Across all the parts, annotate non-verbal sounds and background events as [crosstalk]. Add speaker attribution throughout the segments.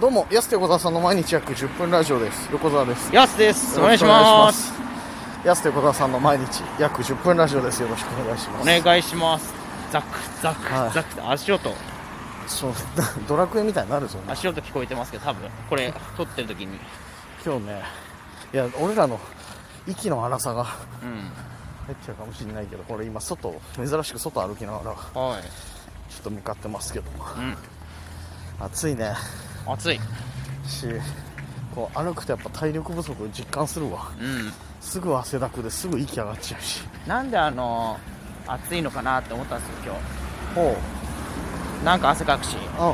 Speaker 1: どうも、安手小沢さんの毎日約10分ラジオです。横澤です。
Speaker 2: やすですお
Speaker 1: よ
Speaker 2: 願
Speaker 1: ろ
Speaker 2: い
Speaker 1: し
Speaker 2: し
Speaker 1: くお願いし
Speaker 2: ま
Speaker 1: ますす。安手小沢さんの毎日約10分ラジオです。よろしくお願いします。
Speaker 2: お願いしますザクザク
Speaker 1: はい
Speaker 2: ザクって足音
Speaker 1: そう、ドラクエみたいになるぞ、ね、
Speaker 2: 足音聞こえてますけど多分これ撮ってる時に
Speaker 1: 今日ね、いや、俺らの息の荒さが
Speaker 2: うん
Speaker 1: 入っちゃうかもしれないけど、これ今外を、珍しく外歩きながら、ちょ
Speaker 2: はい
Speaker 1: っと向かってますけど、
Speaker 2: う
Speaker 1: 暑いね。
Speaker 2: ん暑い
Speaker 1: し、こう歩くとやっぱ体力不足を実感するわ。
Speaker 2: うん
Speaker 1: すぐ汗だくですぐ息上がっちゃうし。
Speaker 2: なんであの暑いのかなって思ったんですよ
Speaker 1: ほ
Speaker 2: 今日なんか汗かくし
Speaker 1: う。うん。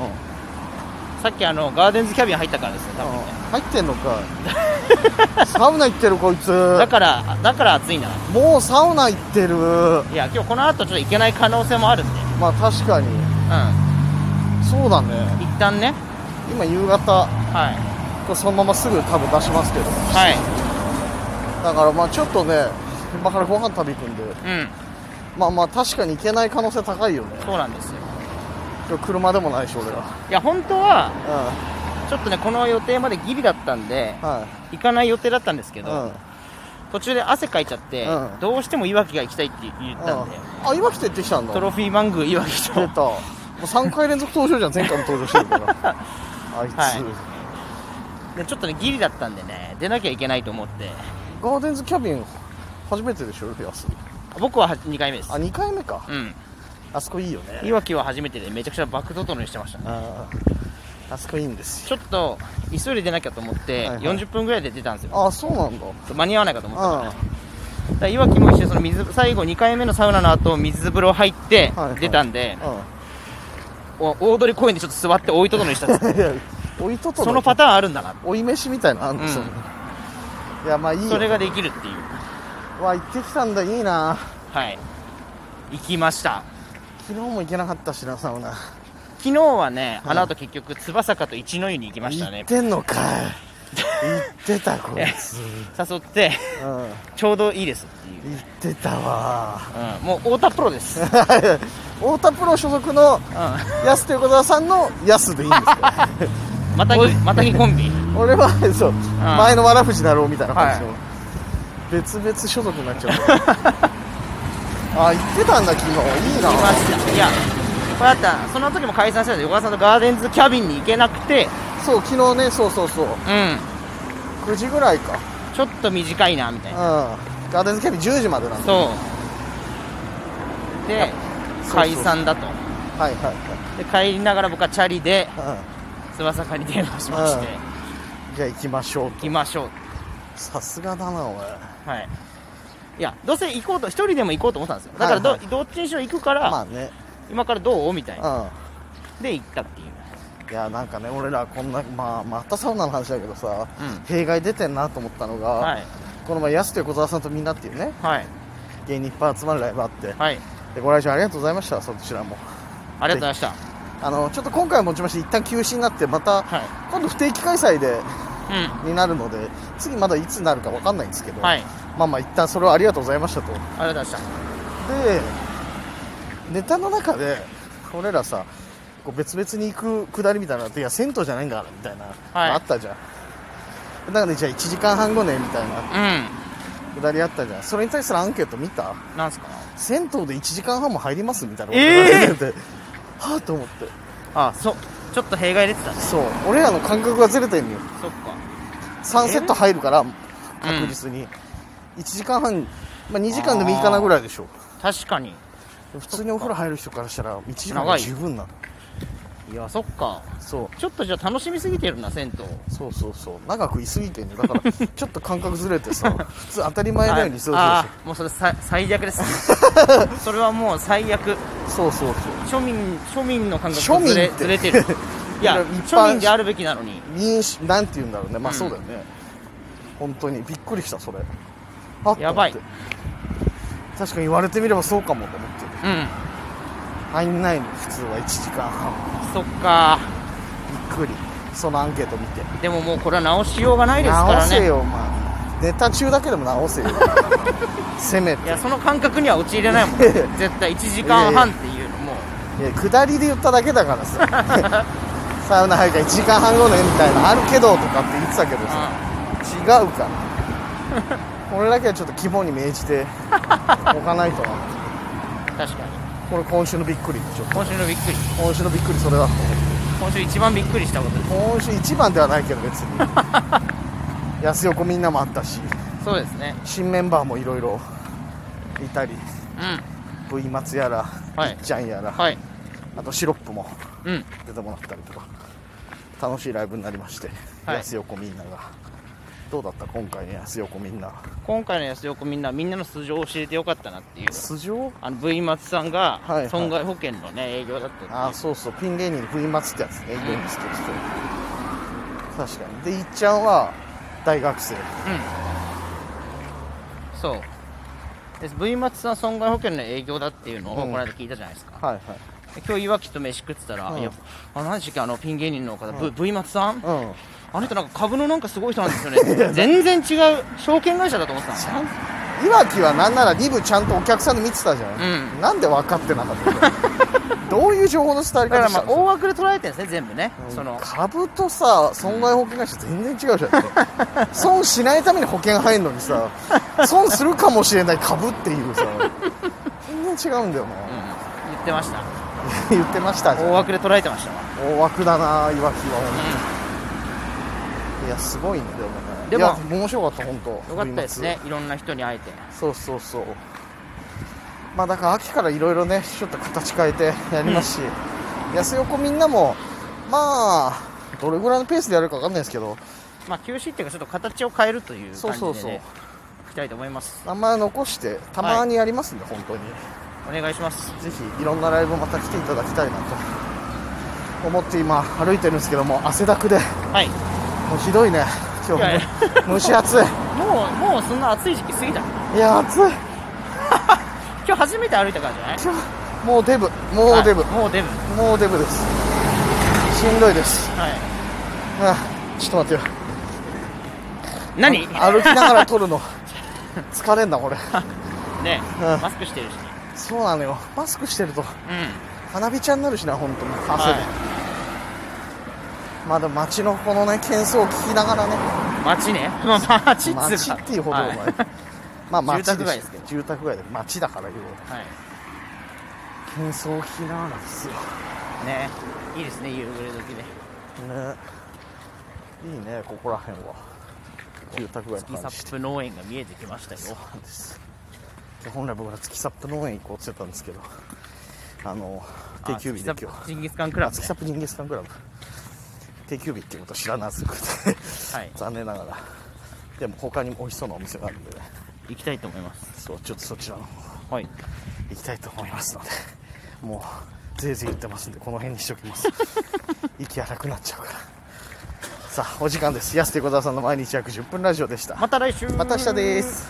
Speaker 2: さっきあのガーデンズキャビン入ったからですね多分ね
Speaker 1: 入ってんのかいサウナ行ってるこいつ
Speaker 2: だからだから暑いんだな
Speaker 1: もうサウナ行ってる
Speaker 2: いや今日この後ちょっと行けない可能性もあるんで
Speaker 1: まあ確かに
Speaker 2: う
Speaker 1: そうだね
Speaker 2: ん一旦ね
Speaker 1: 今夕方
Speaker 2: はい
Speaker 1: これそのまますぐ多分出しますけど
Speaker 2: は
Speaker 1: だからまあちょっとね今からご飯食べ行くんで
Speaker 2: いうん
Speaker 1: まあまあ確かに行けない可能性高いよね
Speaker 2: そうなんですよ
Speaker 1: 今日車でもないし俺ら
Speaker 2: いや本当は
Speaker 1: うん
Speaker 2: ちょっとねこの予定までギリだったんで
Speaker 1: は
Speaker 2: 行かない予定だったんですけ
Speaker 1: い
Speaker 2: ど、
Speaker 1: うん
Speaker 2: 途中で汗かいちゃって、
Speaker 1: うん
Speaker 2: どうしてもいわきが行きたいって言ったんで、
Speaker 1: あ今来て行ってきたんだ
Speaker 2: トロフィーマングいわき
Speaker 1: 出
Speaker 2: と [laughs]
Speaker 1: たもう3回連続登場じゃん前回も登場してるから
Speaker 2: [laughs]
Speaker 1: あいつ、
Speaker 2: はいでちょっとねギリだったんでね出なきゃいけないと思って
Speaker 1: ガーデンズキャビン初めてでしょピアス
Speaker 2: 僕は2回目です
Speaker 1: あ2回目か
Speaker 2: うん
Speaker 1: あそこいいよね
Speaker 2: いわきは初めてでめちゃくちゃバックトトロにしてましたね
Speaker 1: あーあそこいいんですよ
Speaker 2: ちょっと急いで出なきゃと思って、
Speaker 1: はいはい
Speaker 2: 40分ぐらいで出たんですよ
Speaker 1: あそうなんだ
Speaker 2: 間に合わないかと思って
Speaker 1: あ
Speaker 2: だからいわきも一緒にその水最後2回目のサウナの後水風呂入って
Speaker 1: はいはい
Speaker 2: 出たんで、
Speaker 1: あ
Speaker 2: お大通公園でちょっと座って追いとどの
Speaker 1: [laughs]
Speaker 2: にしたんですよ
Speaker 1: うんいやおいとと
Speaker 2: そのパ
Speaker 1: タ
Speaker 2: ターンあるんだな
Speaker 1: ーン追い飯みたいなのあんの、
Speaker 2: うん
Speaker 1: そのいやまあいいよ
Speaker 2: それができるっていう
Speaker 1: わ行ってきたんだいいな
Speaker 2: はい行きました
Speaker 1: 昨日も行けなかったしなサウナ
Speaker 2: 昨日はね、あの後結局椿坂と一の湯に行きました
Speaker 1: 行っ
Speaker 2: ね
Speaker 1: てんのかい行ってたこいつ
Speaker 2: 誘って
Speaker 1: うん行
Speaker 2: ちょうどいいですってい
Speaker 1: っ
Speaker 2: う、
Speaker 1: てたわ [laughs]
Speaker 2: うん、もう太田プロです、うん、
Speaker 1: 太田プロ所属の
Speaker 2: ま
Speaker 1: 安と横澤さんの安でいいんですか
Speaker 2: たぎまたぎコンビ
Speaker 1: 俺はそう、前のわらふじだろうみたいな感じの、
Speaker 2: は
Speaker 1: 別々所属になっ
Speaker 2: [laughs]
Speaker 1: ちゃったあ言ってたんだ昨日いい
Speaker 2: 行
Speaker 1: な
Speaker 2: きましたいやこれだったらその時も解散したんで横川さんとガーデンズキャビンに行けなくて
Speaker 1: そう昨日ねそうそうそう
Speaker 2: うん
Speaker 1: 9時ぐらいか
Speaker 2: ちょっと短いなみた
Speaker 1: う
Speaker 2: い
Speaker 1: ん
Speaker 2: な
Speaker 1: ガーデンズキャビン10時までなんで
Speaker 2: そうで
Speaker 1: そうそう
Speaker 2: 解散だと
Speaker 1: はいはい
Speaker 2: で帰りながら僕はチャリで
Speaker 1: はい、
Speaker 2: 翼坂に電話しまして
Speaker 1: うんうん、じゃあ行きましょう
Speaker 2: 行きましょう
Speaker 1: さすがだなおい
Speaker 2: はい、いやどうせ行こうと一人でも行こうと思ったんですよだからど,、
Speaker 1: はいは
Speaker 2: どっちにしろ行くから、
Speaker 1: まあね
Speaker 2: 今からどうみたいな
Speaker 1: う
Speaker 2: で行ったっていうん
Speaker 1: いやなんかね俺らこんな、まあ、またサウナの話だけどさ、
Speaker 2: うん
Speaker 1: 弊害出てんなと思ったのが、
Speaker 2: はい
Speaker 1: この前安と横澤さんとみんなっていうね
Speaker 2: はい
Speaker 1: 芸人いっぱい集まるライブあって、
Speaker 2: はい
Speaker 1: でご来場ありがとうございましたそちらも
Speaker 2: ありがとうございました
Speaker 1: あのちょっと今回はもちまして一旦休止になってまた
Speaker 2: はい
Speaker 1: 今度不定期開催で
Speaker 2: う
Speaker 1: になるので次まだいつになるか分かんないんですけど、
Speaker 2: んはい
Speaker 1: まあまあ一旦それはありがとうございましたとで
Speaker 2: ありがとうございまし
Speaker 1: ネタの中で俺らさこう別々に行くくだりみたいなのあっていや銭湯じゃないんだからみたいな、
Speaker 2: はい
Speaker 1: あったじゃんだからねじゃあ1時間半後ねみたいな
Speaker 2: た
Speaker 1: くだりあったじゃんそれに対するアンケート見た
Speaker 2: うんなんすか
Speaker 1: 銭湯で1時間半も入りますみたいなこと言われてて、はあと思って
Speaker 2: あそうちょっと弊害出てたね
Speaker 1: そう俺らの感覚がずれてんのよ
Speaker 2: そっか
Speaker 1: 3セット入るから確実に、1時間半、まあ、2時間でもいいかなぐらいでしょ
Speaker 2: 確かに
Speaker 1: 普通にお風呂入る人からしたら1時間
Speaker 2: 長
Speaker 1: はい十分なの
Speaker 2: いやそっか
Speaker 1: そ
Speaker 2: ちょっとじゃあ楽しみすぎてるな銭湯
Speaker 1: うそうそうそう長く居すぎてんねだからちょっと感覚ずれて
Speaker 2: [laughs]
Speaker 1: さ普通当たり前のようにそうそう
Speaker 2: ああもうそれさ最悪です
Speaker 1: [laughs]
Speaker 2: それはもう最悪
Speaker 1: そうそうそうそう
Speaker 2: 庶民庶民の感覚
Speaker 1: 庶
Speaker 2: と
Speaker 1: 民
Speaker 2: ずれ
Speaker 1: って
Speaker 2: ずれてる
Speaker 1: [laughs]
Speaker 2: いや
Speaker 1: 一般
Speaker 2: 庶民であるべきなのに
Speaker 1: 民主なんて言うんだろうねまあ
Speaker 2: うん
Speaker 1: そうだよね、本当にびっくりしたそれあっ
Speaker 2: やばい
Speaker 1: と思って確かに言われてみればそうかもと思って
Speaker 2: うん
Speaker 1: 入んないの普通は1時間半
Speaker 2: そっか
Speaker 1: びっくりそのアンケート見て
Speaker 2: でももうこれは直しようがないですから
Speaker 1: 直せ
Speaker 2: ね
Speaker 1: よお前ネタ中だけでも直せよ [laughs] せめ
Speaker 2: い
Speaker 1: て
Speaker 2: やその感覚には陥
Speaker 1: [laughs]
Speaker 2: れないもん絶対1時間半っていうのも
Speaker 1: いや下りで言っただけだからさ [laughs] サウナ入るから1時間半後ねみたいなあるけどとかって言ってたけどさ違うからこれだけはちょっと肝に銘じておかないとな
Speaker 2: うん確かに
Speaker 1: これ今週のびっくりちょっ
Speaker 2: 今週のびっくり
Speaker 1: と今週のびっくりそれは
Speaker 2: 今週一番びっくりしたことです
Speaker 1: 今週一番ではないけど別に [laughs] 安横みんなもあったし
Speaker 2: そうですね
Speaker 1: 新メンバーもいろいろいたり
Speaker 2: う
Speaker 1: V 松やら、
Speaker 2: はい
Speaker 1: いっちゃんやら、
Speaker 2: んはい
Speaker 1: あとシロップも
Speaker 2: うん
Speaker 1: 出てもらったりとか楽しいライブになりまして、
Speaker 2: はい
Speaker 1: 安横みんながどうだった今回の安横みんな
Speaker 2: 今回の安横みんなみんなの素性を教えてよかったなっていう
Speaker 1: 素性
Speaker 2: あの V 松さんが
Speaker 1: はいはい
Speaker 2: 損害保険のね営業だったっていう
Speaker 1: ああそうそうピン芸人の V 松ってやつね芸人してる人確かにでいっちゃんは大学生
Speaker 2: うんそうです V 松さん損害保険の営業だっていうのをこ
Speaker 1: うん
Speaker 2: の間聞いたじゃないですか、
Speaker 1: はいはい
Speaker 2: で今日いわきと飯食ってたら、
Speaker 1: うん
Speaker 2: いやあの何時期あのピン芸人の方、V- V 松さん
Speaker 1: うん
Speaker 2: あの人なんか株のなんかす [laughs] ごい人なんですよね全然違う証券会社だと思ってたの
Speaker 1: ちゃんいわきはなんなら2部ちゃんとお客さんで見てたじゃん、
Speaker 2: うん
Speaker 1: なんで分かってなかったの [laughs] どういう情報の伝わり
Speaker 2: だか
Speaker 1: 方
Speaker 2: ら
Speaker 1: した
Speaker 2: まあ
Speaker 1: の
Speaker 2: 大枠で捉えてるんですね全部ね、その
Speaker 1: 株とさ損害保険会社全然違うじゃんだ
Speaker 2: [laughs]
Speaker 1: って損しないために保険入るのにさ損するかもしれない株っていうさ全然違うんだよな、
Speaker 2: 言ってました
Speaker 1: 言ってましたじゃ
Speaker 2: 大
Speaker 1: ん
Speaker 2: 枠で捉えてましたわ
Speaker 1: 大枠だないわきは本当にいやすごいんだよね
Speaker 2: でも
Speaker 1: いや面白かった本当
Speaker 2: よかったですねいろんな人に会えて
Speaker 1: そうそうそうまあだから秋からいろいろねちょっと形変えてやりますし、安横みんなもまあどれぐらいのペースでやるか分かんないですけど
Speaker 2: まあ休止っていうかちょっと形を変えるという
Speaker 1: そ
Speaker 2: 感
Speaker 1: うそ
Speaker 2: じ
Speaker 1: う
Speaker 2: で
Speaker 1: そう
Speaker 2: ねいきたいと思います
Speaker 1: 名前残してたまにやりますんで、本当に
Speaker 2: お願いします
Speaker 1: ぜひいろんなライブまた来ていただきたいなと思って今歩いてるんですけども汗だくで
Speaker 2: はい
Speaker 1: もうひどいね今
Speaker 2: いやい
Speaker 1: 日も蒸し暑い
Speaker 2: もうもうそんな暑い時期過ぎた今
Speaker 1: いや暑い
Speaker 2: 日初めて歩いたからじゃ
Speaker 1: 今
Speaker 2: ない
Speaker 1: 日もうデブもうデブ、
Speaker 2: はいもうデブ
Speaker 1: もうデブですしんどいです
Speaker 2: はい
Speaker 1: あちょっと待ってよ
Speaker 2: 何
Speaker 1: 歩きながら撮
Speaker 2: [laughs]
Speaker 1: るの疲れんなこれ
Speaker 2: ね
Speaker 1: うん
Speaker 2: マスクしてるし
Speaker 1: そうなのよマスクしてると
Speaker 2: うん
Speaker 1: 花火ちゃんになるしな本当に汗で、
Speaker 2: は
Speaker 1: まだ街のこのね喧騒を聞きながらね
Speaker 2: い街ね [laughs] まあ街っつうか
Speaker 1: 街っていうほどお
Speaker 2: は
Speaker 1: 前
Speaker 2: い
Speaker 1: まあ街
Speaker 2: 住宅街ですけど
Speaker 1: 住宅街で街だからよ
Speaker 2: はい
Speaker 1: 喧騒を聞きながらですよね
Speaker 2: ねいいですね夕暮れ時で
Speaker 1: いいねここら辺は住宅街
Speaker 2: 月
Speaker 1: の
Speaker 2: サ
Speaker 1: 感じ
Speaker 2: ップ農園が見えてきましたよ
Speaker 1: なんですで本来僕ら月サップ農園行こうって言ってたんですけどあの定休日で今日
Speaker 2: あ月サップジンギスカンクラブ
Speaker 1: 月
Speaker 2: ね
Speaker 1: サップジンギスカンクラブ定休日っていうこと知らなすぎて [laughs]
Speaker 2: はい
Speaker 1: 残念ながらでも他にも美味しそうなお店があるんでね
Speaker 2: 行きたいと思います
Speaker 1: そうちょっとそちらの方
Speaker 2: はい
Speaker 1: 行きたいと思いますのでもうぜいぜい言ってますんでこの辺にしときます息荒くなっちゃうからさあお時間です安手小沢さんの毎日約10分ラジオでした
Speaker 2: また来週
Speaker 1: また明日です